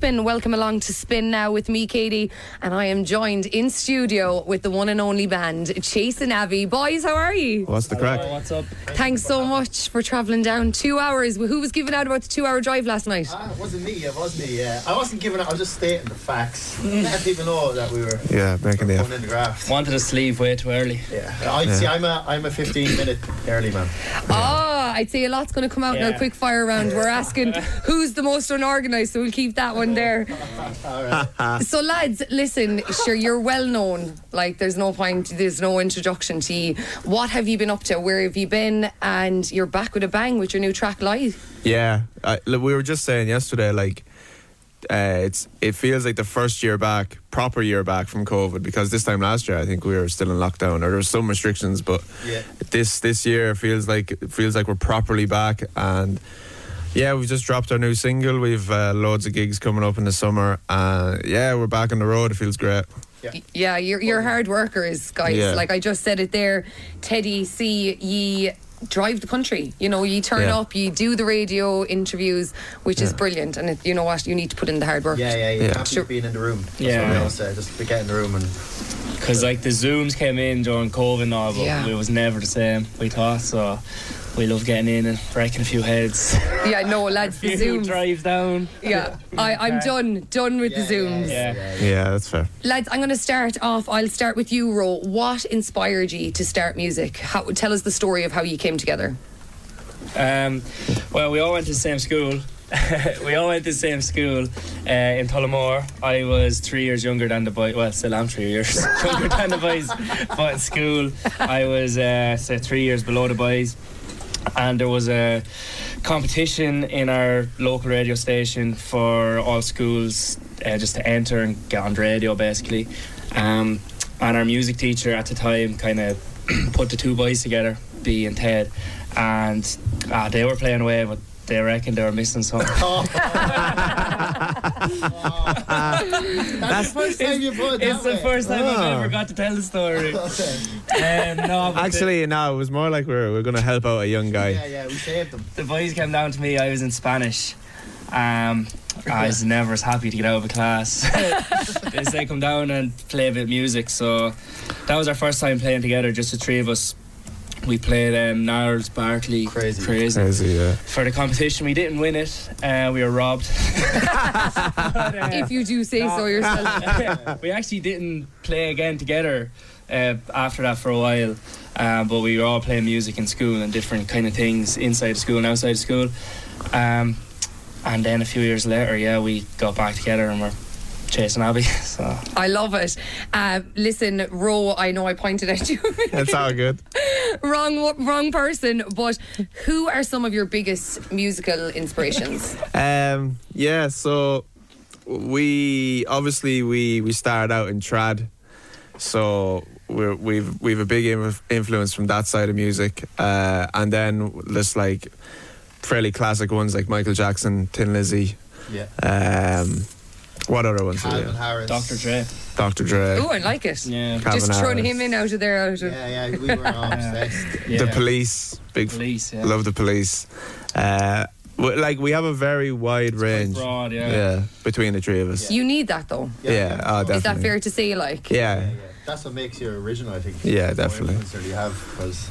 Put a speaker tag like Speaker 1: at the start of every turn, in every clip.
Speaker 1: Spin. Welcome along to Spin Now with me, Katie, and I am joined in studio with the one and only band, Chase and Abby. Boys, how are you?
Speaker 2: What's the crack?
Speaker 3: what's up?
Speaker 1: Thanks so much for travelling down two hours. Who was giving out about the two hour drive last night?
Speaker 4: Ah, it wasn't me, it wasn't me, yeah. I wasn't giving it, I was just stating the facts. Let people know that we were
Speaker 2: Yeah, making the
Speaker 4: going
Speaker 2: effort.
Speaker 4: in the graphs.
Speaker 3: Wanted to sleep way too early.
Speaker 4: Yeah. I see I'm a I'm a fifteen minute early man.
Speaker 1: Ah, I'd say a lot's going to come out in
Speaker 3: Yeah.
Speaker 1: a quick fire round. We're asking who's the most unorganised, so we'll keep that one there. so, lads, listen, sure, you're well known. Like, there's no point, there's no introduction to you. What have you been up to? Where have you been? And you're back with a bang with your new track live.
Speaker 2: Yeah, I, look, we were just saying yesterday, like, uh, it's it feels like the first year back, proper year back from COVID, because this time last year I think we were still in lockdown or there was some restrictions, but
Speaker 4: Yeah.
Speaker 2: this this year feels like it feels like we're properly back and. Yeah, we've just dropped our new single. We've uh, loads of gigs coming up in the summer. Uh, yeah, we're back on the road. It feels great.
Speaker 4: Yeah.
Speaker 1: Yeah, you're, you're hard workers, guys.
Speaker 2: Yeah.
Speaker 1: Like I just said it there. Teddy, see, ye drive the country. You know, you turn
Speaker 2: Yeah.
Speaker 1: up, you do the radio interviews, which is brilliant. And it, you know what? You need to put in the hard work.
Speaker 4: Yeah, yeah, you
Speaker 2: Yeah.
Speaker 4: yeah. happy
Speaker 1: Sure.
Speaker 4: being in the room. That's
Speaker 3: Yeah.
Speaker 4: what I always say, just to get in the room and
Speaker 3: Because, like, the Zooms came in during COVID now, but
Speaker 1: Yeah.
Speaker 3: we was never the same, we thought. So we love getting in and breaking a few heads.
Speaker 1: Yeah, no, lads, the
Speaker 3: few
Speaker 1: Zooms.
Speaker 3: drives down.
Speaker 1: Yeah, I, I'm done, done with
Speaker 4: yeah,
Speaker 1: the Zooms.
Speaker 4: Yeah,
Speaker 3: Yeah.
Speaker 4: yeah, yeah.
Speaker 2: Yeah, that's fair.
Speaker 1: Lads, I'm going to start off. I'll start with you, Ro. What inspired you to start music? How, tell us the story of how you came together.
Speaker 3: Um, well, we all went to the same school. we all went to the same school uh, in Tullamore. I was three years younger than the boys. Well, still I'm three years younger than the boys. But in school, I was uh, say three years below the boys. And there was a competition in our local radio station for all schools uh, just to enter and get on the radio, basically. Um, and our music teacher at the time kind of put the two boys together, B and Ted, and ah, they were playing away, but they reckoned they were missing something.
Speaker 4: That's the first time you Oh. put it
Speaker 3: it's
Speaker 4: that
Speaker 3: the
Speaker 4: way.
Speaker 3: first time
Speaker 2: Ah.
Speaker 3: I've ever got to tell the story. um,
Speaker 4: Uh,
Speaker 3: no, but
Speaker 2: Actually, no, it was more like we were, we are going to help out a young guy.
Speaker 4: Yeah, yeah, we saved them.
Speaker 3: the, the boys came down to me. I was in Spanish. Um, I was never as happy to get out of a class. they said come down and play a bit of music. So that was our first time playing together, just the three of us. We played um, Niles, Barkley,
Speaker 4: Crazy.
Speaker 3: crazy.
Speaker 2: Crazy, yeah.
Speaker 3: for the competition. We didn't win it. Uh, we were robbed. But, uh,
Speaker 1: If you do say so yourself.
Speaker 3: we actually didn't play again together uh, after that for a while. Um, but we were all playing music in school and different kind of things inside school and outside school. Um, and then a few years later, yeah, we got back together and we're chasing Abby. So
Speaker 1: I love it. Uh, listen, Ro, I know I pointed at you.
Speaker 2: That's all good.
Speaker 1: wrong, wrong person, but who are some of your biggest musical inspirations?
Speaker 2: Um, yeah, so we obviously we we started out in trad, so we're, we've we've a big inf- influence from that side of music, uh, and then just like fairly classic ones like Michael Jackson, Tin Lizzy,
Speaker 4: Yeah.
Speaker 2: um, what other ones? Are
Speaker 4: Calvin
Speaker 2: there?
Speaker 4: Harris.
Speaker 3: Dr. Dre.
Speaker 2: Dr. Dre,
Speaker 1: oh, I like it.
Speaker 3: Yeah.
Speaker 2: Calvin
Speaker 1: Just throwing
Speaker 2: Harris,
Speaker 1: him in out of there, out of
Speaker 4: Yeah, yeah, we were all obsessed.
Speaker 3: yeah.
Speaker 2: the Police, big
Speaker 3: Police, yeah.
Speaker 2: love the Police. Uh, we- like we have a very wide range,
Speaker 3: Broad,
Speaker 2: yeah.
Speaker 3: yeah.
Speaker 2: between the three of us.
Speaker 1: You need that though.
Speaker 2: Yeah, oh, definitely.
Speaker 1: Is that fair to say? Like,
Speaker 2: Yeah,
Speaker 4: Yeah, yeah. That's what makes you original, I think.
Speaker 2: Yeah,
Speaker 4: The more
Speaker 2: definitely.
Speaker 4: influencer you have, 'cause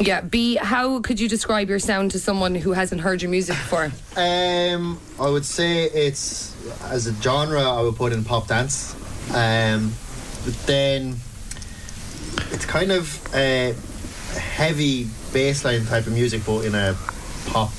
Speaker 1: yeah. B, how could you describe your sound to someone who hasn't heard your music before?
Speaker 4: Um, I would say it's as a genre. I would put in pop dance. Um, but then it's kind of a heavy bassline type of music, but in a pop,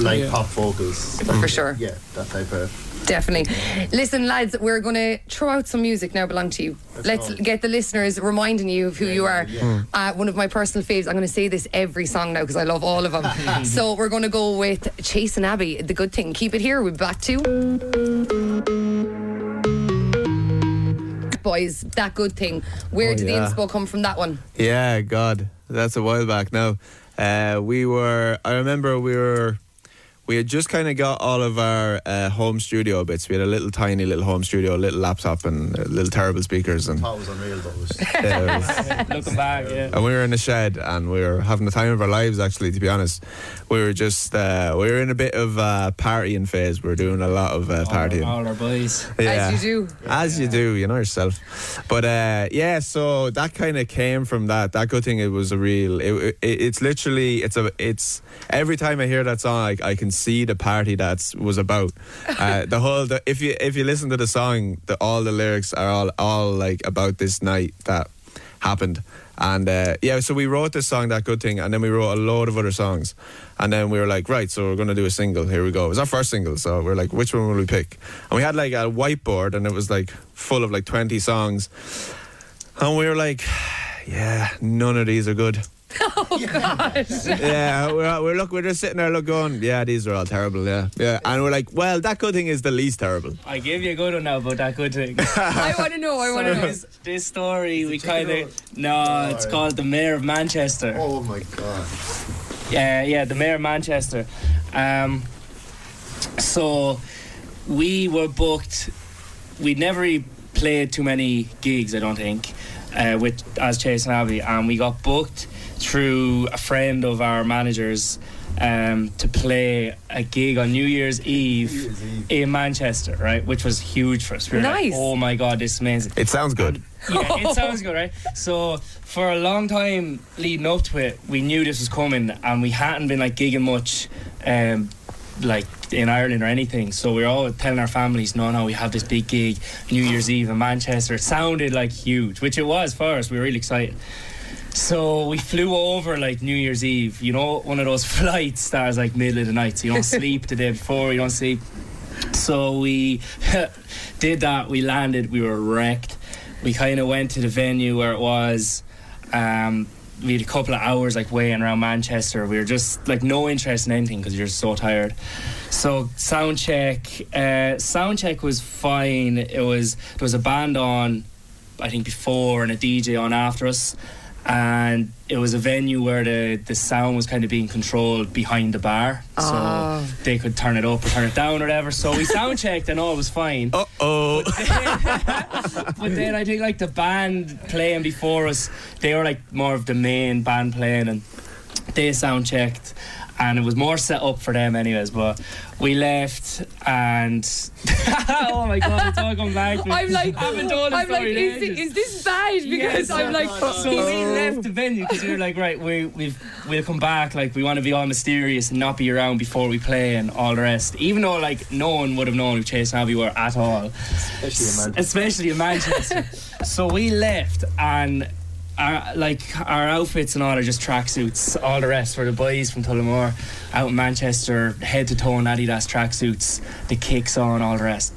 Speaker 4: like
Speaker 3: Yeah.
Speaker 4: pop vocals.
Speaker 1: For sure.
Speaker 4: Yeah, that type of.
Speaker 1: Definitely. Listen, lads, we're going to throw out some music now. Belong to you.
Speaker 4: Let's
Speaker 1: Let's
Speaker 4: go.
Speaker 1: get the listeners reminding you of who you are.
Speaker 4: yeah, Hmm. yeah.
Speaker 1: Uh, one of my personal faves. I'm going to say this every song now because I love all of them. so we're going to go with Chase and Abby. The good thing. Keep it here. We'll be back to. Boys, that good thing. Where
Speaker 2: Oh,
Speaker 1: did
Speaker 2: yeah.
Speaker 1: the inspo come from? That one.
Speaker 2: Yeah, God, that's a while back now. Uh, we were. I remember we were. we had just kind of got all of our uh, home studio bits. We had a little tiny little home studio, a little laptop, and uh, little terrible speakers, and
Speaker 4: thought it was unreal, but it was.
Speaker 2: yeah, it was-
Speaker 3: Looking back, yeah.
Speaker 2: and we were in a shed and we were having the time of our lives actually to be honest we were just uh, we were in a bit of uh, partying phase we were doing a lot of
Speaker 3: Oh,
Speaker 2: uh, partying
Speaker 3: All, all our boys.
Speaker 1: As you do.
Speaker 2: as you do you know yourself but uh, yeah so that kind of came from that that good thing it was a real it, it, it's literally it's a it's every time i hear that song i, I can see the party that's was about uh, the whole the, if you if you listen to the song the, all the lyrics are all all like about this night that happened. And uh, yeah, so we wrote this song, That Good Thing, and then we wrote a load of other songs. And then we were like, right, so we're going to do a single. Here we go. It was our first single. So we are like, which one will we pick? And we had like a whiteboard and it was like full of like 20 songs. And we were like, yeah, none of these are good. yeah, we're, we're look, we're just sitting there, look, going, yeah, these are all terrible, yeah, yeah, and we're like, well, that good thing is the least terrible.
Speaker 3: I give you a good one now about that good thing.
Speaker 1: I want to know. I want to know.
Speaker 3: this, this story, we kind
Speaker 4: Chicken
Speaker 3: of. No, it's called The Mayor of Manchester.
Speaker 4: Oh my god.
Speaker 3: Yeah, yeah, the mayor of Manchester. Um, so we were booked. We never really played too many gigs, I don't think, uh, with as Chase and Abbey, and we got booked through a friend of our managers um, to play a gig on New Year's Eve,
Speaker 4: Year's Eve.
Speaker 3: in Manchester, right? Which was huge for us. We were like,
Speaker 1: Nice.
Speaker 3: oh my god, this is amazing
Speaker 2: It sounds good.
Speaker 3: yeah, it sounds good, right? So for a long time leading up to it, we knew this was coming, and we hadn't been like gigging much, um, like in Ireland or anything. So we were all telling our families, "No, no, we have this big gig, New Year's Eve in Manchester." It sounded like huge, which it was for us. We were really excited. So we flew over like New Year's Eve, you know, one of those flights that is like middle of the night, so you don't sleep the day before, you don't sleep. So we did that, we landed, we were wrecked. We kind of went to the venue where it was. Um, we had a couple of hours like weighing around Manchester. We were just like no interest in anything because you're so tired. So sound check, uh, sound check was fine. It was there was a band on, I think before and a DJ on after us, and it was a venue where the the sound was kind of being controlled behind the bar,
Speaker 1: Ah.
Speaker 3: so they could turn it up or turn it down or whatever. So we sound checked and all was fine.
Speaker 2: Uh oh.
Speaker 3: But then I think like the band playing before us, they were like more of the main band playing, and they sound checked, and it was more set up for them, anyways. But we left, and oh my god, it's all come back. to me.
Speaker 1: I'm like,
Speaker 3: I haven't told the
Speaker 1: I'm like,
Speaker 3: story in
Speaker 1: is, thi-
Speaker 3: ages.
Speaker 1: is this bad? Because
Speaker 3: Yes,
Speaker 1: I'm like,
Speaker 3: so we left the venue because we were like, right, we we've, we'll come back. Like we want to be all mysterious and not be around before we play and all the rest. Even though like no one would have known who Chase and Abby were at all.
Speaker 4: Especially in Manchester.
Speaker 3: Especially in Manchester. so we left and our, like our outfits and all are just tracksuits. All the rest were the boys from Tullamore out in Manchester, head to toe in Adidas tracksuits, the kicks on, all the rest.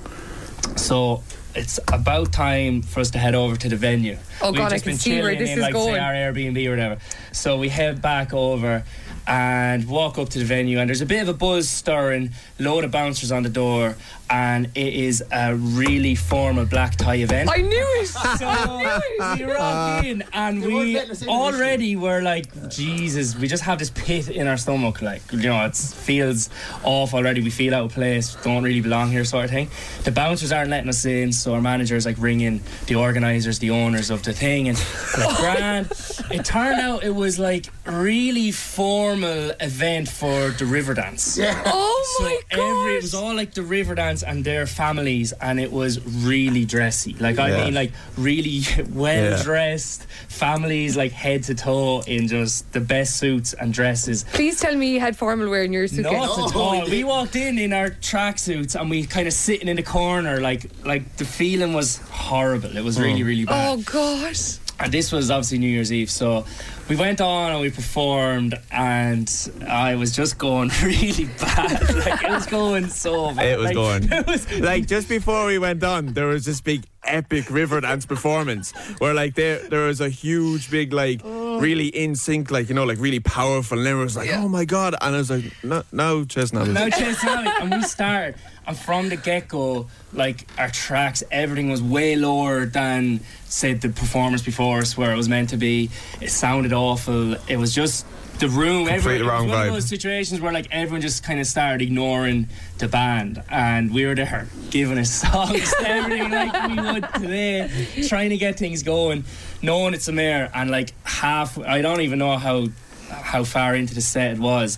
Speaker 3: So it's about time for us to head over to the venue.
Speaker 1: Oh,
Speaker 3: We've
Speaker 1: God, I
Speaker 3: just
Speaker 1: can
Speaker 3: been
Speaker 1: see where
Speaker 3: chilling
Speaker 1: this
Speaker 3: in,
Speaker 1: is
Speaker 3: like, Say
Speaker 1: going.
Speaker 3: our Airbnb or whatever. So we head back over and walk up to the venue, and there's a bit of a buzz stirring, load of bouncers on the door, and it is a really formal black tie event.
Speaker 1: I knew it.
Speaker 3: So we rock in and
Speaker 4: They weren't
Speaker 3: we
Speaker 4: letting us in
Speaker 3: already were like, Jesus, we just have this pit in our stomach. Like, you know, it feels off already. We feel out of place, don't really belong here, sort of thing. The bouncers aren't letting us in, so our manager's like ringing the organizers, the owners of the thing, and like, grand. It turned out it was like really formal event for the river dance.
Speaker 1: Oh
Speaker 3: So
Speaker 1: my
Speaker 3: every it was
Speaker 1: god.
Speaker 3: all like the Riverdance and their families, and it was really dressy. Like I
Speaker 2: Yeah.
Speaker 3: mean, like really well
Speaker 2: Yeah.
Speaker 3: dressed families, like head to toe in just the best suits and dresses.
Speaker 1: Please tell me you had formal wear in your
Speaker 3: Not
Speaker 1: suitcase.
Speaker 3: at all. We walked in in our tracksuits and we kind of sitting in the corner, like like the feeling was horrible. It was really
Speaker 2: Mm.
Speaker 3: really bad.
Speaker 1: Oh gosh.
Speaker 3: And this was obviously New Year's Eve, so we went on and we performed, and I was just going really bad. Like it was going so bad.
Speaker 2: It was
Speaker 3: Like,
Speaker 2: going.
Speaker 3: It was
Speaker 2: like just before we went on, there was this big epic river dance performance where like there there was a huge big like
Speaker 3: Oh.
Speaker 2: really in sync like you know like really powerful and everyone was like oh my god and I was like no no chestnut
Speaker 3: No chance now. And we started. And from the get go, like our tracks, everything was way lower than, say, the performance before us where it was meant to be. It sounded awful. It was just the room.
Speaker 2: Completely
Speaker 3: everyone- it was
Speaker 2: wrong
Speaker 3: one
Speaker 2: vibe.
Speaker 3: of those situations where like everyone just kind of started ignoring the band, and we were there giving us songs, to everything like we would today, trying to get things going, knowing it's a mare, and like half. I don't even know how how far into the set it was,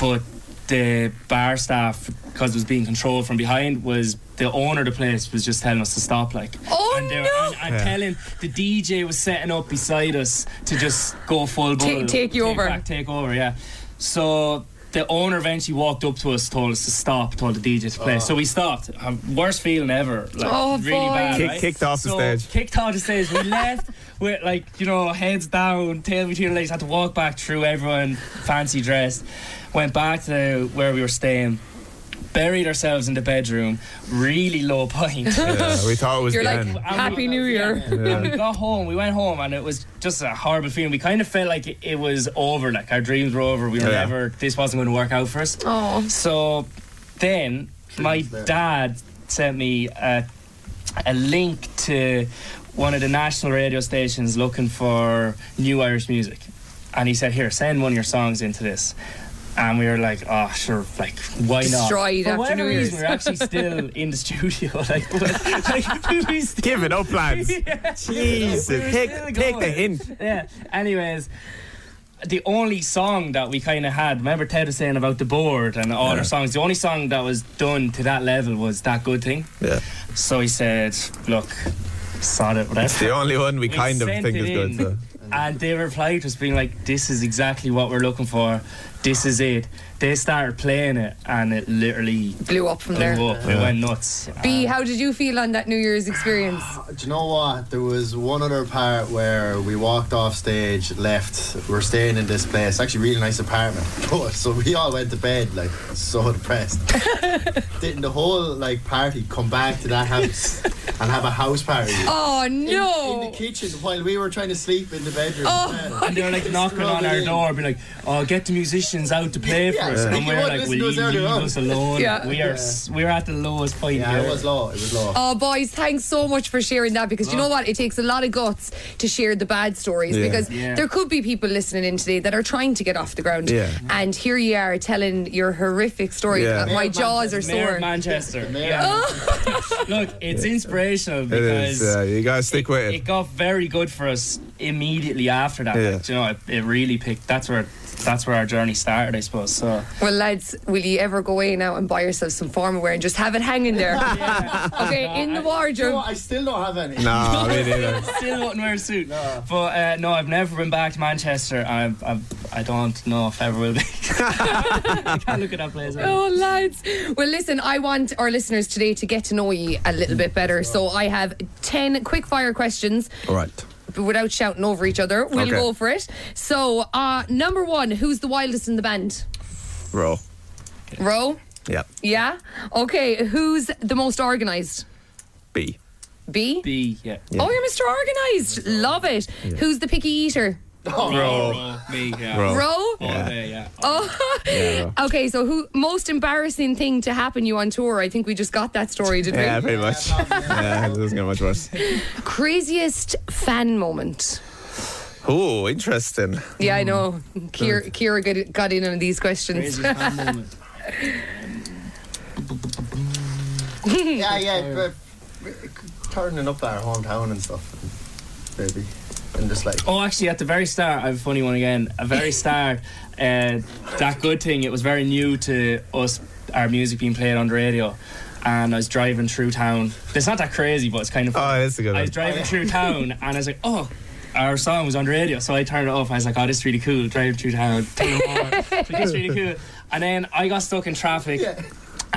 Speaker 3: but the bar staff, because it was being controlled from behind, was the owner of the place was just telling us to stop, like.
Speaker 1: Oh
Speaker 3: and they were-
Speaker 1: no!
Speaker 3: and, and telling the DJ was setting up beside us to just go full
Speaker 1: Ta-
Speaker 3: bubble,
Speaker 1: take you over.
Speaker 3: back, take over, yeah. So the owner eventually walked up to us, told us to stop, told the DJ to
Speaker 2: Oh.
Speaker 3: play. So we stopped. Um, worst feeling ever. Like,
Speaker 1: Oh,
Speaker 3: really
Speaker 1: boy.
Speaker 3: bad.
Speaker 2: Kick-
Speaker 3: right?
Speaker 2: kicked off the
Speaker 3: So,
Speaker 2: stage.
Speaker 3: Kicked off the stage. We left with like you know heads down, tail between our legs. Had to walk back through everyone fancy dressed. Went back to where we were staying. Buried ourselves in the bedroom, really low pint.
Speaker 2: Yeah, we thought it was
Speaker 1: You're
Speaker 2: the
Speaker 1: like,
Speaker 2: end.
Speaker 3: And
Speaker 1: Happy
Speaker 3: we-
Speaker 1: New Year.
Speaker 3: Yeah. And we got home, we went home, and it was just a horrible feeling. We kind of felt like it- it was over, like our dreams were over. We were
Speaker 2: Yeah.
Speaker 3: never, this wasn't going to work out for us.
Speaker 1: Oh,
Speaker 3: So then my
Speaker 4: Dreams there.
Speaker 3: dad sent me a, a link to one of the national radio stations looking for new Irish music. And he said, Here, send one of your songs into this. And we were like, oh, sure, like, why not?
Speaker 1: Destroyed
Speaker 3: For
Speaker 1: after
Speaker 3: whatever
Speaker 1: New
Speaker 3: reason,
Speaker 1: Year's.
Speaker 3: we we're actually still in the studio. Like, like we still
Speaker 2: Give it up, lads. Jesus,
Speaker 3: We were
Speaker 2: take,
Speaker 3: still
Speaker 2: take the
Speaker 3: going.
Speaker 2: hint.
Speaker 3: yeah. Anyways, the only song that we kind of had, remember Ted was saying about the board and all
Speaker 2: Yeah.
Speaker 3: our songs, the only song that was done to that level was That Good Thing.
Speaker 2: Yeah,
Speaker 3: So he said, look, sod it, whatever.
Speaker 2: the only one we,
Speaker 3: We
Speaker 2: kind of
Speaker 3: sent
Speaker 2: think
Speaker 3: it
Speaker 2: is good.
Speaker 3: in.
Speaker 2: So.
Speaker 3: And they replied to us being like, this is exactly what we're looking for. This is it. They started playing it and it literally
Speaker 1: blew up from there.
Speaker 3: blew up. It went nuts.
Speaker 1: B, how did you feel on that New Year's experience?
Speaker 4: Do you know what? There was one other part where we walked off stage, left. We're staying in this place, actually really nice apartment. But so we all went to bed like so depressed. Didn't the whole like party come back to that house and have a house party?
Speaker 1: Oh
Speaker 4: In-
Speaker 1: no!
Speaker 4: In, the kitchen while we were trying to sleep in the bedroom.
Speaker 1: Oh,
Speaker 3: And they were like knocking
Speaker 4: Rub
Speaker 3: on
Speaker 4: it
Speaker 3: our
Speaker 4: in.
Speaker 3: door, being like, "Oh, get the musicians out to play for
Speaker 4: Yeah,
Speaker 3: us."
Speaker 4: you
Speaker 3: And we're
Speaker 4: won't
Speaker 3: like, "Will
Speaker 4: listen to
Speaker 3: you
Speaker 4: us earlier
Speaker 3: leave
Speaker 4: on."
Speaker 3: us alone?
Speaker 1: Yeah.
Speaker 3: We are s we're at the lowest point
Speaker 4: Yeah,
Speaker 3: here."
Speaker 4: it was low. It was low.
Speaker 1: Oh, boys, thanks so much for sharing that because
Speaker 3: Oh.
Speaker 1: you know what? It takes a lot of guts to share the bad stories
Speaker 2: Yeah.
Speaker 1: because
Speaker 3: Yeah.
Speaker 1: there could be people listening in today that are trying to get off the ground.
Speaker 2: Yeah.
Speaker 1: And here you are telling your horrific story.
Speaker 2: Yeah.
Speaker 1: about My
Speaker 4: Mayor of
Speaker 1: jaws are
Speaker 4: Manchester.
Speaker 3: Mayor
Speaker 1: sore.
Speaker 3: of Manchester.
Speaker 4: Mayor Oh.
Speaker 3: Yeah. Look, it's inspirational
Speaker 2: It
Speaker 3: because
Speaker 2: is. Uh, you gotta stick with
Speaker 3: it
Speaker 2: it.
Speaker 3: got very good for us immediately after that.
Speaker 2: Yeah.
Speaker 3: Like, do you know, it, it really picked. That's where that's where our journey started, I suppose. So
Speaker 1: Well, lads, will you ever go in now and buy yourself some formal wear and just have it hanging there? Okay, in the
Speaker 4: You know
Speaker 1: wardrobe.
Speaker 4: what? I still don't have any.
Speaker 2: No, me neither.
Speaker 3: still wouldn't wear a suit.
Speaker 4: No.
Speaker 3: But uh, no, I've never been back to Manchester. I I, I don't know if I ever will be. I can't look at that place. up.
Speaker 1: Oh, lads. Well, listen, I want our listeners today to get to know you a little bit better. So I have 10 quick fire questions.
Speaker 2: All right.
Speaker 1: but without shouting over each other. We'll
Speaker 2: Okay.
Speaker 1: go for it. So, uh, number one, who's the wildest in the band?
Speaker 2: Roll.
Speaker 1: Ro?
Speaker 2: Yeah.
Speaker 1: Yeah? Okay, who's the most organised?
Speaker 2: B.
Speaker 1: B?
Speaker 3: B, yeah.
Speaker 1: Oh, you're Mr. Organised. Love it. Who's the picky eater?
Speaker 3: Bro. Me, yeah.
Speaker 2: Bro.
Speaker 1: Ro?
Speaker 3: All
Speaker 2: Yeah.
Speaker 3: day, yeah.
Speaker 2: Yeah,
Speaker 1: Okay, so who most embarrassing thing to happen you on tour? I think we just got that story, did
Speaker 2: yeah,
Speaker 1: we?
Speaker 2: pretty much. Yeah, it doesn't get much worse.
Speaker 1: Craziest fan moment.
Speaker 2: Oh, interesting.
Speaker 1: Yeah, I know. Kira, Kira got- got in on these questions.
Speaker 3: Crazy fan moment.
Speaker 4: Yeah, yeah. But, but turning up our hometown and stuff, maybe, and just like.
Speaker 3: Oh, actually, at the very start, I have a funny one again. At the very start, uh, that good thing, it was very new to us, our music being played on the radio. And I was driving through town. It's not that crazy, but it's kind of fun.
Speaker 2: Oh, that's a good
Speaker 3: I
Speaker 2: one.
Speaker 3: was driving through town and I was like, oh, our song was on the radio. So I turned it off. I was like, oh, this is really cool. Driving through town. turn it on. It's like, this is really cool. And then I got stuck in traffic.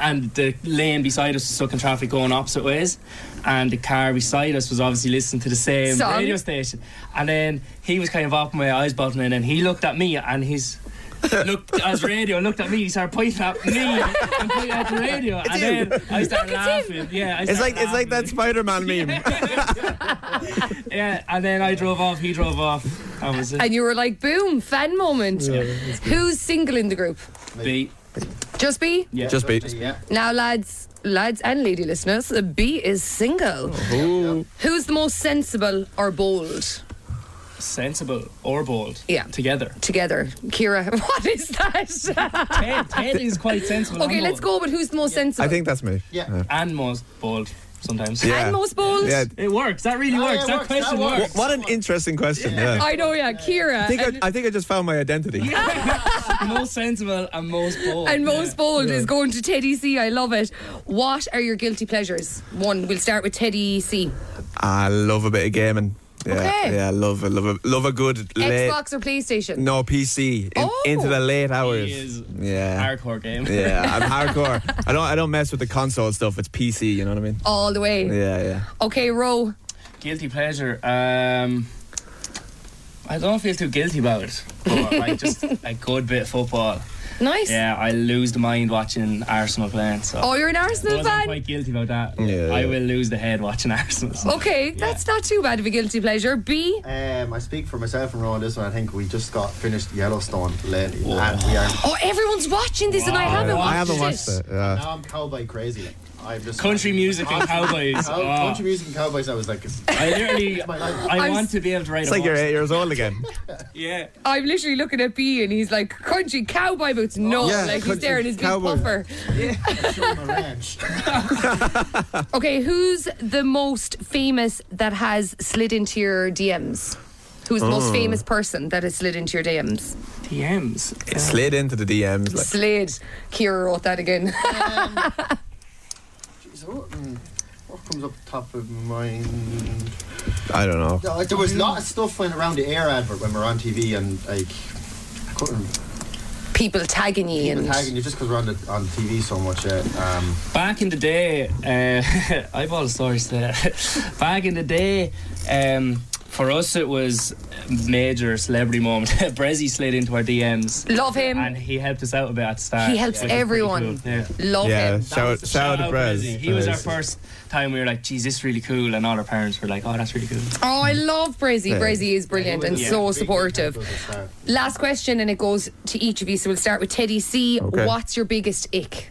Speaker 3: And the lane beside us was stuck in traffic going opposite ways. And the car beside us was obviously listening to the same
Speaker 1: Song.
Speaker 3: radio station. And then he was kind of off my eyes bottom and then he looked at me and he's looked at his radio, looked at me, he started pointing at me and pointing at the radio. and
Speaker 2: him.
Speaker 3: then I started laughing. Yeah, I
Speaker 2: It's
Speaker 3: started
Speaker 2: like it's like
Speaker 3: laughing.
Speaker 2: that Spider-Man meme.
Speaker 3: Yeah, and then I drove off, he drove off. I was it.
Speaker 1: And you were like, boom, fan moment. Who's single in the group?
Speaker 3: B.
Speaker 1: Just B?
Speaker 3: Yeah.
Speaker 2: Just beat.
Speaker 4: Yeah.
Speaker 1: Now, lads, lads and lady listeners, B is single.
Speaker 2: Ooh.
Speaker 1: Who's the most sensible or bold?
Speaker 3: sensible or bold
Speaker 1: Yeah.
Speaker 3: together.
Speaker 1: together. Kira, what is that?
Speaker 3: Ted, Ted is quite sensible.
Speaker 1: okay,
Speaker 3: and
Speaker 1: let's
Speaker 3: bold.
Speaker 1: go with who's the most sensible.
Speaker 2: I think that's me.
Speaker 4: Yeah.
Speaker 3: And most bold sometimes.
Speaker 2: Yeah.
Speaker 1: And most bold.
Speaker 2: Yeah.
Speaker 3: It works. That really
Speaker 4: Oh, yeah,
Speaker 3: works.
Speaker 4: it
Speaker 3: that
Speaker 4: works,
Speaker 3: question
Speaker 4: that works.
Speaker 2: Wh- What an interesting question. Yeah.
Speaker 1: I know, yeah, Kira.
Speaker 2: I think
Speaker 1: and,
Speaker 2: I, I think I just found my identity.
Speaker 3: most sensible and most bold.
Speaker 1: and most
Speaker 3: yeah.
Speaker 1: bold is going to Teddy C. I love it. What are your guilty pleasures? One, we'll start with Teddy C.
Speaker 2: I love a bit of gaming. Yeah,
Speaker 1: Okay.
Speaker 2: yeah, love a love a love a good late.
Speaker 1: Xbox or PlayStation?
Speaker 2: No PC in,
Speaker 1: Oh.
Speaker 2: into the late
Speaker 3: He is
Speaker 2: hours. Yeah,
Speaker 3: hardcore game.
Speaker 2: yeah. I'm hardcore. I don't I don't mess with the console stuff. It's PC. You know what I mean?
Speaker 1: All the way.
Speaker 2: Yeah, yeah.
Speaker 1: Okay, Ro.
Speaker 3: Guilty pleasure. Um, I don't feel too guilty about it. But like just a good bit of football.
Speaker 1: Nice.
Speaker 3: Yeah, I lose the mind watching Arsenal playing. So.
Speaker 1: Oh, you're an Arsenal
Speaker 3: Wasn't
Speaker 1: fan?
Speaker 3: quite guilty about that.
Speaker 2: Yeah.
Speaker 3: I will lose the head watching Arsenal. so-
Speaker 1: Okay, that's not too bad of a guilty pleasure. B.
Speaker 4: Um, I speak for myself and Ron this one. I think we just got finished Yellowstone lately.
Speaker 3: Whoa.
Speaker 4: And we are.
Speaker 1: Oh, everyone's watching this and I
Speaker 3: Wow.
Speaker 1: haven't watched
Speaker 2: I haven't watched
Speaker 1: it.
Speaker 2: it. Yeah.
Speaker 4: Now I'm cowboy crazy. Like, I'm just
Speaker 3: Country music and cowboys.
Speaker 4: Cow-
Speaker 3: Oh,
Speaker 4: Country music and cowboys. I was like, it's
Speaker 3: I literally,
Speaker 4: my life.
Speaker 3: I
Speaker 1: I'm
Speaker 3: want
Speaker 1: s-
Speaker 3: to be able to write.
Speaker 2: It's
Speaker 3: a
Speaker 2: like you're
Speaker 3: book.
Speaker 2: eight years old again.
Speaker 3: Yeah.
Speaker 1: I'm literally looking at B and he's like, country cowboy boots. No,
Speaker 2: Yeah,
Speaker 1: like he's
Speaker 2: country
Speaker 1: there in his big
Speaker 2: cowboy.
Speaker 1: puffer.
Speaker 4: showing my ranch.
Speaker 1: Okay, who's the most famous that has slid into your DMs? Who's the
Speaker 2: Oh.
Speaker 1: most famous person that has slid into your DMs?
Speaker 3: DMs.
Speaker 2: It slid into the DMs. Like,
Speaker 1: Slid. Kira wrote that again.
Speaker 4: Jeez, what, mm, what comes up top of my mind?
Speaker 2: I don't know.
Speaker 4: No, There
Speaker 3: Mm.
Speaker 4: was a lot of stuff went around the air advert when we were on TV and like. I couldn't
Speaker 1: People tagging you
Speaker 4: keep
Speaker 1: and
Speaker 4: tagging you just because we're on, the, on TV so much. Yeah. Um,
Speaker 3: Back in the day, uh, I've all the stories there. Back in the day, um, for us it was a major celebrity moment. Brezzy slid into our DMs.
Speaker 1: love him.
Speaker 3: And he helped us out a bit at the start.
Speaker 1: He helps
Speaker 3: which was pretty
Speaker 1: everyone.
Speaker 3: cool, Yeah.
Speaker 1: love
Speaker 2: Yeah,
Speaker 1: him.
Speaker 2: shout, shout out to Brez.
Speaker 3: Brezzy. He was our
Speaker 2: Brez.
Speaker 3: first time we were like, geez, this is really cool. And all our parents were like, oh, that's really cool.
Speaker 1: Oh, I love Brizzy.
Speaker 2: Yeah.
Speaker 1: Brizzy is brilliant and
Speaker 3: Yeah.
Speaker 1: so
Speaker 4: Big
Speaker 1: supportive.
Speaker 4: people at the start.
Speaker 1: Last question, and it goes to each of you. So we'll start with Teddy C.
Speaker 2: Okay.
Speaker 1: What's your biggest ick?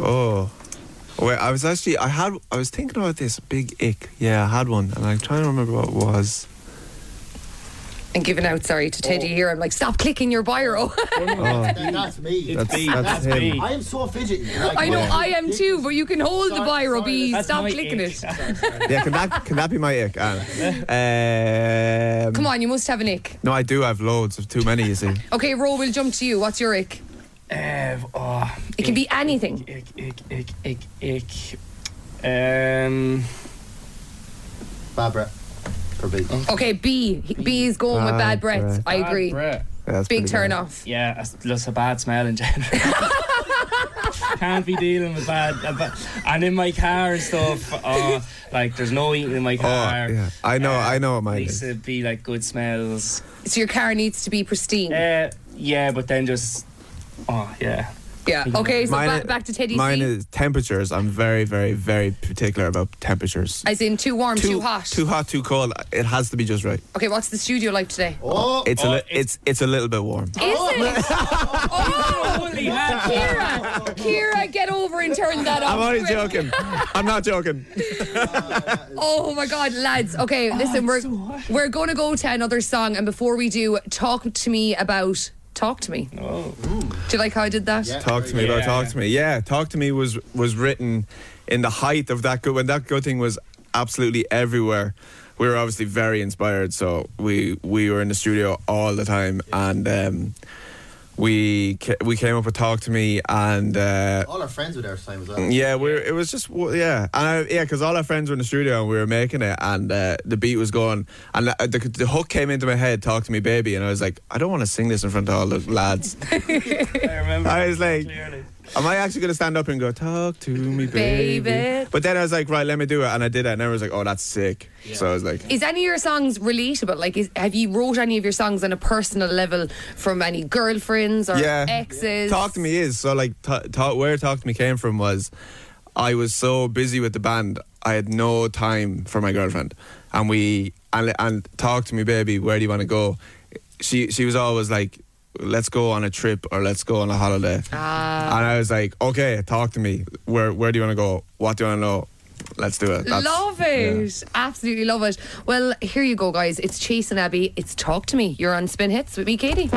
Speaker 2: Oh. Wait, I was actually I had I was thinking about this big ick. Yeah, I had one, and I'm trying to remember what it was.
Speaker 1: And giving out, sorry, to Teddy here. I'm like, stop clicking your biro.
Speaker 2: Oh,
Speaker 4: That- that's me.
Speaker 3: It's
Speaker 2: That's-
Speaker 3: B.
Speaker 2: that's
Speaker 3: That's,
Speaker 2: him.
Speaker 3: B.
Speaker 4: I am so fidgety. Like,
Speaker 1: I know
Speaker 4: yeah.
Speaker 1: I am too, but you can hold the
Speaker 4: Sorry,
Speaker 1: biro,
Speaker 4: sorry,
Speaker 1: B.
Speaker 3: that's
Speaker 1: Stop
Speaker 3: my
Speaker 1: clicking
Speaker 3: ick.
Speaker 1: it.
Speaker 2: yeah. Can that can that be my ick? Anna? Um,
Speaker 1: Come on, you must have an ick.
Speaker 2: No, I do have loads of too many. You see.
Speaker 1: Okay, Ro, we'll jump to you. What's your ick?
Speaker 3: Ev, oh,
Speaker 1: It can be anything.
Speaker 3: ick, ick, ick, ick, ick. Um,
Speaker 4: Bad breath. For me.
Speaker 1: Okay, B. B is going with bad
Speaker 2: Bad
Speaker 1: breaths.
Speaker 2: breath.
Speaker 1: I agree.
Speaker 3: bad breath.
Speaker 2: Yeah, that's
Speaker 1: Big
Speaker 2: pretty
Speaker 1: turn
Speaker 2: bad.
Speaker 1: off.
Speaker 3: Yeah, that's- that's a bad smell in general. Can't be dealing with bad, a ba- and in my car and stuff. Oh, like there's no eating in my
Speaker 2: Oh,
Speaker 3: car.
Speaker 2: yeah. I know. I know what mine
Speaker 3: Needs
Speaker 2: is.
Speaker 3: to be like good smells.
Speaker 1: So your car needs to be pristine.
Speaker 3: Uh, yeah, but then just, oh yeah.
Speaker 1: yeah. Okay, so
Speaker 2: Mine
Speaker 1: back,
Speaker 2: i-
Speaker 1: back to Teddy
Speaker 2: Mine
Speaker 1: C.
Speaker 2: is temperatures. I'm very, very, very particular about temperatures.
Speaker 1: As in too warm, too, hot.
Speaker 2: Too hot. Too cold. It has to be just right.
Speaker 1: Okay, what's the studio like today?
Speaker 4: Oh,
Speaker 2: It's
Speaker 3: Oh,
Speaker 2: a li-
Speaker 3: it's-
Speaker 2: it's it's a little bit warm.
Speaker 1: Is it? Oh,
Speaker 3: Holy hell!
Speaker 1: Kira, Kira, get over and turn that off.
Speaker 2: I'm only
Speaker 1: quick.
Speaker 2: joking. I'm not joking.
Speaker 1: Oh my God, lads. Okay, listen, we're we're going to go to another song, and before we do, talk to me about talk to me.
Speaker 3: Oh,
Speaker 1: Do you like how I did that?
Speaker 4: Yeah.
Speaker 2: Talk to me about
Speaker 3: Yeah.
Speaker 2: Talk to Me. Yeah, Talk to Me was was written in the height of that good when that good thing was absolutely everywhere. We were obviously very inspired, so we we were in the studio all the time, and um, we ca- we came up with Talk to Me, and uh,
Speaker 4: all our friends were there at the time as well.
Speaker 2: yeah, we it was just w- yeah, and I, yeah, because all our friends were in the studio and we were making it, and uh, the beat was going, and uh, the, the, the hook came into my head, "Talk to Me, Baby," and I was like, I don't want to sing this in front of all the lads.
Speaker 3: I remember.
Speaker 2: I was like,
Speaker 3: clearly.
Speaker 2: Am I actually going to stand up and go, talk to me, baby?
Speaker 1: Baby.
Speaker 2: But then I was like, right, let me do it. And I did it. And everyone was like, oh, that's sick. So I was like,
Speaker 1: Is any of your songs relatable? Like, is, have you wrote any of your songs on a personal level from any girlfriends or
Speaker 2: yeah.
Speaker 1: exes?
Speaker 2: Talk to me is. So, like, ta- ta- where Talk to Me came from was I was so busy with the band, I had no time for my girlfriend. And we, and, and Talk to Me, baby, where do you want to go? She, she was always like, let's go on a trip or let's go on a holiday.
Speaker 1: Ah.
Speaker 2: And I was like, okay, talk to me. Where where do you want to go? What do you want to know? Let's do it. That's-
Speaker 1: love
Speaker 2: yeah.
Speaker 1: it. Absolutely love it. Well, here you go, guys. It's Chase and Abby. It's Talk to Me. You're on Spin Hits with me, Katie.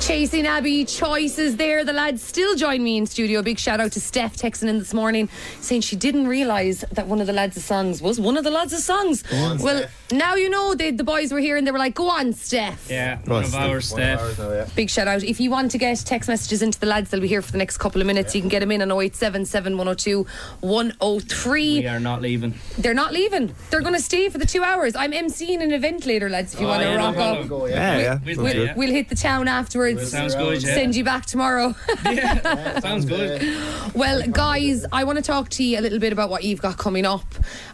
Speaker 1: Chasing Abby, choices there. The lads still join me in studio. Big shout out to Steph texting in this morning saying she didn't realise that one of the lads' songs was one of the lads' songs.
Speaker 4: on,
Speaker 1: well,
Speaker 4: Steph.
Speaker 1: now you know they, the boys were here and they were like, go on, Steph.
Speaker 3: Yeah, one of
Speaker 2: Busted.
Speaker 3: our
Speaker 4: One of
Speaker 3: staff.
Speaker 4: ours now, yeah.
Speaker 1: Big shout out. If you want to get text messages into the lads, they'll be here for the next couple of minutes. You can get them in on 087 102
Speaker 3: We
Speaker 1: 103.
Speaker 3: are not leaving.
Speaker 1: They're not leaving. They're going to stay for the two hours. I'm emceeing an event later, lads, if you
Speaker 3: Oh,
Speaker 1: want to
Speaker 3: yeah,
Speaker 1: rock
Speaker 3: no
Speaker 1: up.
Speaker 3: problem.
Speaker 4: Go, yeah.
Speaker 2: Yeah, yeah.
Speaker 3: we-
Speaker 2: sounds
Speaker 3: we-
Speaker 2: good.
Speaker 3: yeah.
Speaker 1: We'll hit the town afterwards.
Speaker 3: Sounds good, yeah.
Speaker 1: Send you back tomorrow.
Speaker 3: yeah. Sounds good.
Speaker 4: Yeah.
Speaker 1: well, guys, I want to talk to you a little bit about what you've got coming up.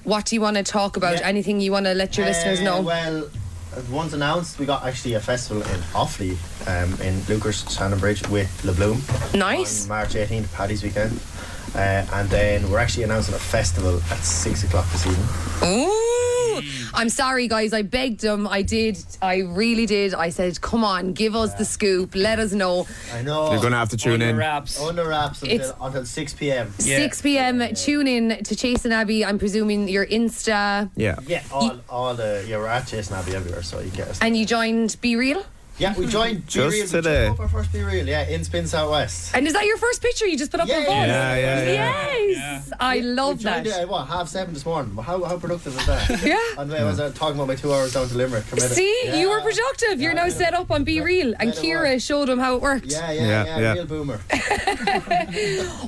Speaker 1: What do you want to talk about?
Speaker 4: Yeah.
Speaker 1: Anything you want to let your
Speaker 4: Uh,
Speaker 1: listeners know?
Speaker 4: Well, uh, once announced, we got actually a festival in Offaly, um, in Lucas Shannon Bridge with Le Bloom.
Speaker 1: nice.
Speaker 4: On March 18th, Paddy's weekend. Uh, and then we're actually announcing a festival at 6 o'clock this evening.
Speaker 1: Ooh. I'm sorry, guys. I begged them. I did. I really did. I said, come on, give us the scoop. Let us know.
Speaker 4: I know.
Speaker 2: You're gonna have to tune
Speaker 3: Under
Speaker 2: in.
Speaker 3: wraps.
Speaker 4: Under wraps
Speaker 1: It's-
Speaker 4: until, until 6 p.m.
Speaker 3: Yeah.
Speaker 1: 6 p.m. Tune in to Chase and Abby. I'm presuming your Insta.
Speaker 2: Yeah.
Speaker 4: Yeah, all, all the. Yeah, we're at Chase Abbey everywhere, so you get us.
Speaker 1: And you joined Be Real.
Speaker 4: Yeah, we joined Be
Speaker 2: Just
Speaker 4: Real. We
Speaker 2: today.
Speaker 4: took up our first Be Real, yeah, in Spin Southwest.
Speaker 1: And is that your first picture you just put up
Speaker 4: Yeah,
Speaker 1: on
Speaker 4: yeah,
Speaker 1: Voice?
Speaker 2: yeah, yeah, yeah.
Speaker 1: Yes. I love
Speaker 4: we
Speaker 1: that.
Speaker 4: joined uh, it at what, half seven this morning? How, how productive is that?
Speaker 1: Yeah.
Speaker 4: And I was uh, talking about my two hours down to Limerick. committed.
Speaker 1: See,
Speaker 4: yeah.
Speaker 1: you were productive. You're
Speaker 4: Yeah,
Speaker 1: now
Speaker 4: yeah.
Speaker 1: set up on Be Real. And
Speaker 4: Yeah, it
Speaker 1: Kira showed him how it worked.
Speaker 4: Yeah, yeah,
Speaker 2: Yeah,
Speaker 4: yeah,
Speaker 2: yeah.
Speaker 4: real boomer.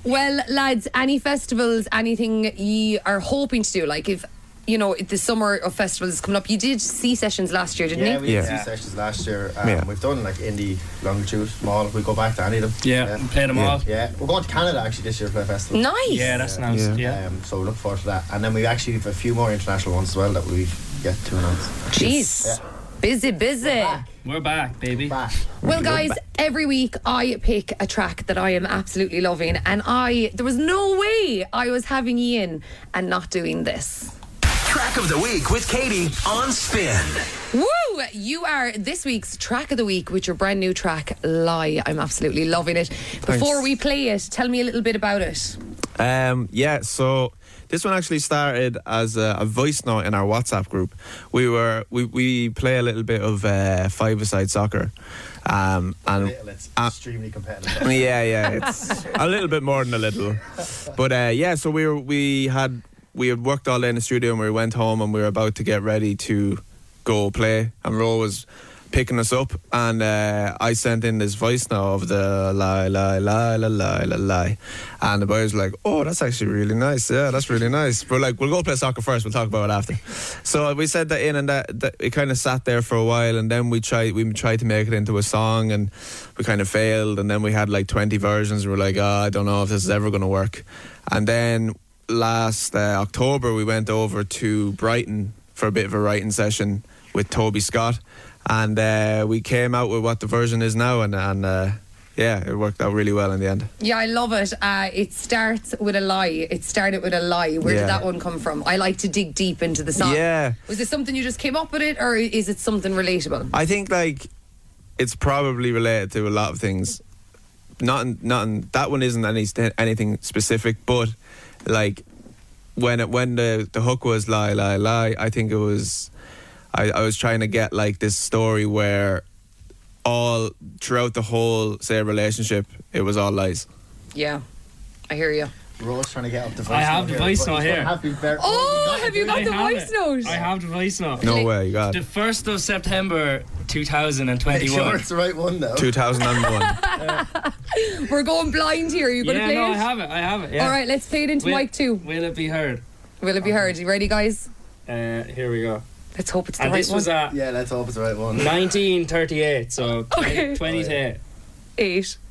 Speaker 1: Well, lads, any festivals, anything ye are hoping to do? Like if, you know, if the summer of festivals is coming up, you did C sessions last year, didn't
Speaker 4: Yeah,
Speaker 1: you?
Speaker 4: we had
Speaker 2: Yeah.
Speaker 4: two sessions last year. Um,
Speaker 2: Yeah.
Speaker 4: We've done like indie, longitude, small. We go back to any of them.
Speaker 3: Yeah,
Speaker 4: yeah.
Speaker 3: play them
Speaker 2: Yeah.
Speaker 3: all.
Speaker 4: Yeah. We're going to Canada actually this year for a festival.
Speaker 1: Nice.
Speaker 3: Yeah, that's nice.
Speaker 2: Yeah.
Speaker 3: Yeah.
Speaker 4: Um, so we look forward to that. And then we actually have a few more international ones as well that we've yet to announce.
Speaker 1: Jeez.
Speaker 4: Yeah.
Speaker 1: Busy, busy.
Speaker 3: We're back, baby.
Speaker 4: Back.
Speaker 1: Well, guys, every week I pick a track that I am absolutely loving, and I there was no way I was having you in and not doing this.
Speaker 5: Track of the week with Katie on Spin.
Speaker 1: Woo! You are this week's track of the week with your brand new track, Lie. I'm absolutely loving it. Before we play it, tell me a little bit about it.
Speaker 2: Um, yeah, so this one actually started as a, a voice note in our WhatsApp group. We were we, we play a little bit of uh, five-a-side soccer, um, and
Speaker 4: Little, it's
Speaker 2: Uh,
Speaker 4: extremely competitive.
Speaker 2: yeah, yeah, it's a little bit more than a little, but uh, yeah. So we were we had we had worked all day in the studio, and we went home, and we were about to get ready to go play, and Ro was picking us up, and uh, I sent in this voice now of the lie, lie, lie, lie, lie, lie, lie, and the boys were like, oh, that's actually really nice, yeah, that's really nice. But like, we'll go play soccer first, we'll talk about it after. So uh, we said that in, and that, that it kind of sat there for a while, and then we tried we tried to make it into a song, and we kind of failed, and then we had like twenty versions. And we are like, ah, I don't know if this is ever going to work, and then last uh, October we went over to Brighton for a bit of a writing session with Toby Scott, and uh, we came out with what the version is now, and and uh, yeah, it worked out really well in the end.
Speaker 1: Yeah, I love it. Uh, it starts with a lie. It started with a lie. Where
Speaker 2: Yeah.
Speaker 1: did that one come from? I like to dig deep into the song.
Speaker 2: Yeah.
Speaker 1: Was it something you just came up with it, or is it something relatable?
Speaker 2: I think like it's probably related to a lot of things. Not in, not in, that one isn't any anything specific, but like when it, when the the hook was lie lie lie, I think it was I, I was trying to get like this story where all throughout the whole say relationship it was all lies.
Speaker 1: Yeah, I hear you.
Speaker 4: Rose trying to get up the voice.
Speaker 3: I have
Speaker 4: note
Speaker 3: the
Speaker 4: here,
Speaker 3: voice
Speaker 4: but
Speaker 3: note
Speaker 4: he's gonna
Speaker 3: here.
Speaker 4: have to be very-
Speaker 1: Oh, have you got
Speaker 3: I
Speaker 1: the
Speaker 3: have
Speaker 1: voice
Speaker 3: it.
Speaker 1: note?
Speaker 3: I have the voice note.
Speaker 2: No way, God.
Speaker 3: The 1st of September
Speaker 4: Make sure
Speaker 3: 2021.
Speaker 4: it's the right one though.
Speaker 2: Two thousand and one.
Speaker 1: We're going blind here. Are you going to
Speaker 3: Yeah,
Speaker 1: play
Speaker 3: no,
Speaker 1: it?
Speaker 3: I have it. I have it. Yeah.
Speaker 1: All right, let's play it into
Speaker 3: Will-
Speaker 1: mic two.
Speaker 3: Will it be heard?
Speaker 1: Will it be heard? You ready, guys?
Speaker 3: Uh, here we go.
Speaker 1: Let's hope it's the
Speaker 3: And
Speaker 1: right
Speaker 3: this
Speaker 1: one.
Speaker 3: was at
Speaker 4: Yeah, let's hope it's the right one.
Speaker 3: 1938, so
Speaker 1: Okay.
Speaker 3: 20, 20 to 8.
Speaker 1: Eight.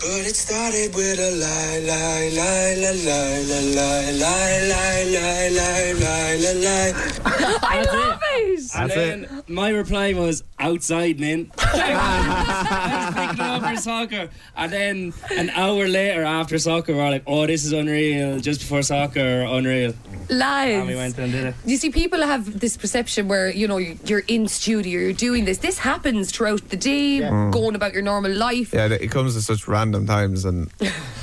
Speaker 5: But it started with a lie, lie, lie, lie, lie, lie, lie, lie, lie, lie, lie, lie, lie, lie.
Speaker 1: I I
Speaker 3: That's
Speaker 1: love it.
Speaker 2: That's
Speaker 3: and
Speaker 2: it.
Speaker 3: then my reply was outside, man. I was thinking over soccer, and then an hour later after soccer, we we're like, "Oh, this is unreal!" Just before soccer, unreal, and we
Speaker 1: Lads.
Speaker 3: went and did it.
Speaker 1: You see, people have this perception where you know you- you're in studio, you're doing this. This happens throughout the day, going about your normal life.
Speaker 2: Mm. Yeah, it comes at such random times, and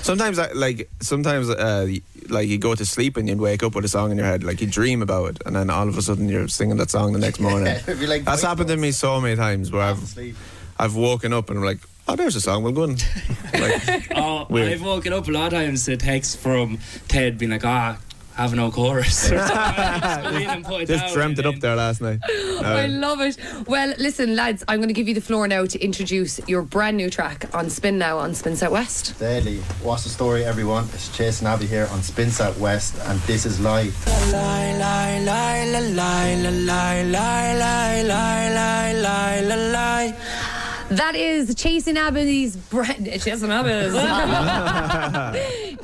Speaker 2: sometimes, I, like sometimes, uh, like you go to sleep and you wake up with a song in your head, like you dream about it, and then all of a sudden you're singing that song the next morning.
Speaker 4: It'd be like
Speaker 2: That's
Speaker 4: voice
Speaker 2: happened to me so many times where I've
Speaker 4: Sleep.
Speaker 2: I've woken up and I'm like, oh, there's a song, we'll go and like,
Speaker 3: Oh,
Speaker 2: Weird.
Speaker 3: I've woken up a lot of times to text from Ted being like, "Ah, have no chorus." Or something. I just go in and put it down
Speaker 2: just dreamt it
Speaker 3: and
Speaker 2: up there last night.
Speaker 1: I
Speaker 2: Uh,
Speaker 1: love it. Well, listen, lads, I'm going to give you the floor now to introduce your brand new track on Spin Now on Spin South West.
Speaker 4: Daily. What's the story, everyone? It's Chase and Abby here on Spin South West, and this is live.
Speaker 1: That is Chasing Abby's brand. Chasing Abby's.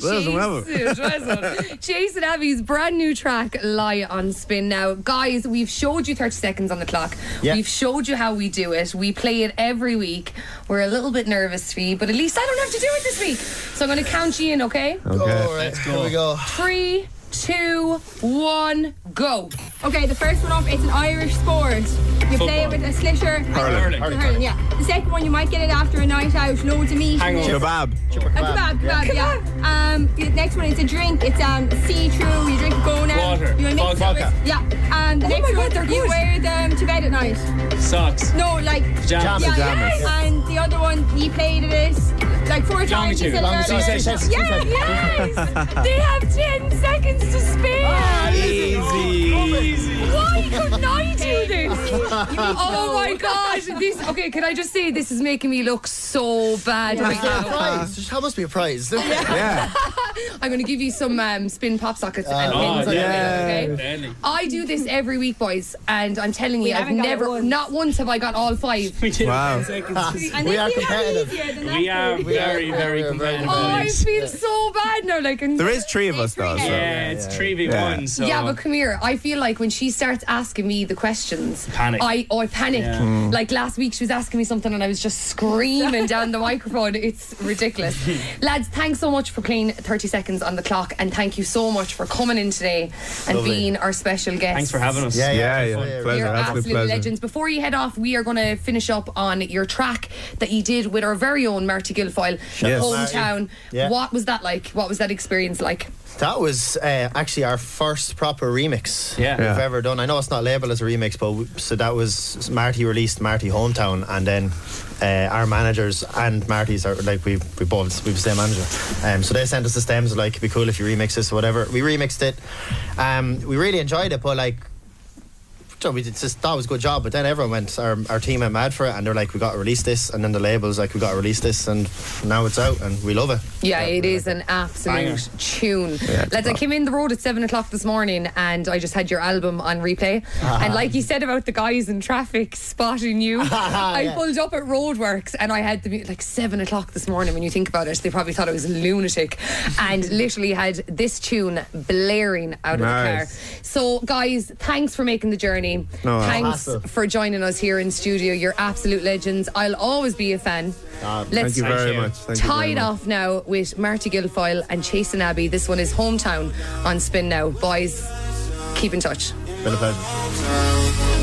Speaker 2: Chasing
Speaker 1: Chasing- Chasing Abby's brand new track, Lie on Spin. Now, guys, we've showed you 30 seconds on the clock.
Speaker 4: Yeah.
Speaker 1: We've showed you how we do it. We play it every week. We're a little bit nervous for you, but at least I don't have to do it this week. So I'm going to count you in, okay?
Speaker 2: okay.
Speaker 4: Oh, right, here we go.
Speaker 1: Three, two, one, go. Okay, the first one up, it's an Irish sport.
Speaker 6: You play
Speaker 3: Football.
Speaker 6: it with a slitter.
Speaker 3: Hurling.
Speaker 6: Hurling, yeah. The second one, you might get it after a night out, loads of meat.
Speaker 3: Hang on.
Speaker 2: Kebab.
Speaker 6: A kebab, kebab, yeah. Um, the next one, it's a drink. It's um see-through. You drink it going out.
Speaker 3: Water.
Speaker 6: You mix
Speaker 3: Vodka.
Speaker 6: it with, yeah. Um, the next
Speaker 1: Oh God,
Speaker 6: one,
Speaker 1: they're
Speaker 6: you
Speaker 1: good.
Speaker 6: wear them to bed at night.
Speaker 3: Socks.
Speaker 6: No, like
Speaker 3: Pajamas.
Speaker 6: Yeah,
Speaker 2: Pajamas.
Speaker 6: yeah. And the other one, he played it like four times. he
Speaker 3: Longitude.
Speaker 6: said it
Speaker 3: Longitude.
Speaker 6: earlier.
Speaker 3: Sessions.
Speaker 6: Yeah, yes. they have ten seconds to spare.
Speaker 2: Easy.
Speaker 1: Why couldn't I do this? oh my gosh! This okay? Can I just say this is making me look so bad right
Speaker 4: There's a
Speaker 1: now?
Speaker 4: prize. There must be a prize.
Speaker 2: Yeah.
Speaker 1: I'm going to give you some um, spin pop sockets and
Speaker 4: Oh,
Speaker 3: Ah,
Speaker 1: pins. and
Speaker 2: yeah.
Speaker 1: everything, Okay.
Speaker 3: Deadly.
Speaker 1: I do this every week, boys, and I'm telling you, I've
Speaker 6: haven't got it
Speaker 1: never,
Speaker 6: once.
Speaker 1: not once have I got all five.
Speaker 3: We did
Speaker 2: Wow.
Speaker 3: wow. seconds.
Speaker 6: And
Speaker 4: We
Speaker 6: they
Speaker 4: are
Speaker 6: feel
Speaker 4: competitive.
Speaker 6: easier than
Speaker 3: We
Speaker 6: that
Speaker 3: are
Speaker 6: food.
Speaker 3: very,
Speaker 4: are-
Speaker 3: very
Speaker 4: we are
Speaker 3: competitive.
Speaker 4: very
Speaker 1: Oh, I
Speaker 3: buddies.
Speaker 1: feel so bad now. Like, and
Speaker 2: There is three of us though. So.
Speaker 3: yeah, it's three v one. So
Speaker 1: Yeah, but come here. I feel like when she starts asking me the questions,
Speaker 3: Panic.
Speaker 1: I oh, I panic.
Speaker 3: Yeah.
Speaker 1: Like last week, she was asking me something, and I was just screaming down the microphone. It's ridiculous, lads. Thanks so much for playing 30 seconds on the clock, and thank you so much for coming in today and
Speaker 4: Lovely.
Speaker 1: being our special guest.
Speaker 3: thanks for having us.
Speaker 4: Yeah,
Speaker 2: Yeah, yeah.
Speaker 4: Pleasure.
Speaker 2: Pleasure.
Speaker 1: You're
Speaker 2: Absolute
Speaker 1: absolute
Speaker 2: pleasure.
Speaker 1: legends. Before you head off, we are going to finish up on your track that you did with our very own Marty Guilfoyle,
Speaker 2: Yes.
Speaker 1: hometown.
Speaker 4: Yeah.
Speaker 1: What was that like? What was that experience like?
Speaker 4: That was uh, actually our first proper remix
Speaker 3: Yeah.
Speaker 4: we've
Speaker 2: Yeah.
Speaker 4: ever done. I know it's not labeled as a remix, but w so that was Marty released Marty Hometown, and then uh, our managers and Marty's are like we we both we have the same manager, um, so they sent us the stems like it'd be cool if you remix this or whatever. We remixed it, um, we really enjoyed it, but like. So we did- just thought it was a good job, but then everyone went. Our, our team went mad for it, and they're like, "We got to release this," and then the labels like, "We got to release this," and now it's out, and we love it.
Speaker 1: Yeah, it is an absolute
Speaker 3: Banger.
Speaker 1: tune.
Speaker 2: it's
Speaker 1: Lads, I came in the road at seven o'clock this morning and I just had your album on replay.
Speaker 2: Ah.
Speaker 1: And like you said about the guys in traffic spotting you, I
Speaker 4: Yeah.
Speaker 1: pulled up at roadworks and I had the mu- like seven o'clock this morning. When you think about it, they probably thought I was a lunatic and literally had this tune blaring out of
Speaker 2: Nice.
Speaker 1: the car. So, guys, thanks for making the journey.
Speaker 2: No,
Speaker 1: thanks
Speaker 4: Awesome.
Speaker 1: for joining us here in studio. You're absolute legends. I'll always be a fan. Let's
Speaker 2: Ah, Thank you very
Speaker 3: you.
Speaker 2: much. Thank you very
Speaker 1: Tied
Speaker 2: much.
Speaker 1: off now with Marty Guilfoyle and Chasing Abbey. This one is Hometown on Spin Now. Boys, keep in touch.
Speaker 4: Been a pleasure.
Speaker 5: Hometown,